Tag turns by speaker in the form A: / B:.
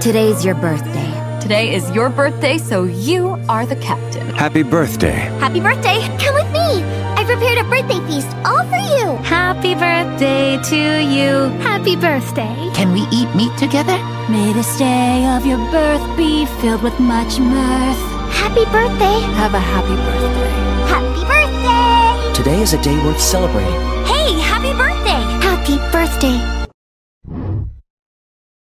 A: Today's your birthday.
B: Today is your birthday, so you are the captain.
C: Happy birthday.
D: Happy birthday! Come with me! I prepared a birthday feast all for you!
B: Happy birthday to you.
D: Happy birthday!
E: Can we eat meat together?
A: May this day of your birth be filled with much mirth.
D: Happy birthday!
B: Have a happy birthday.
D: Happy birthday!
F: Today is a day worth celebrating.
D: Hey, happy birthday! Happy birthday!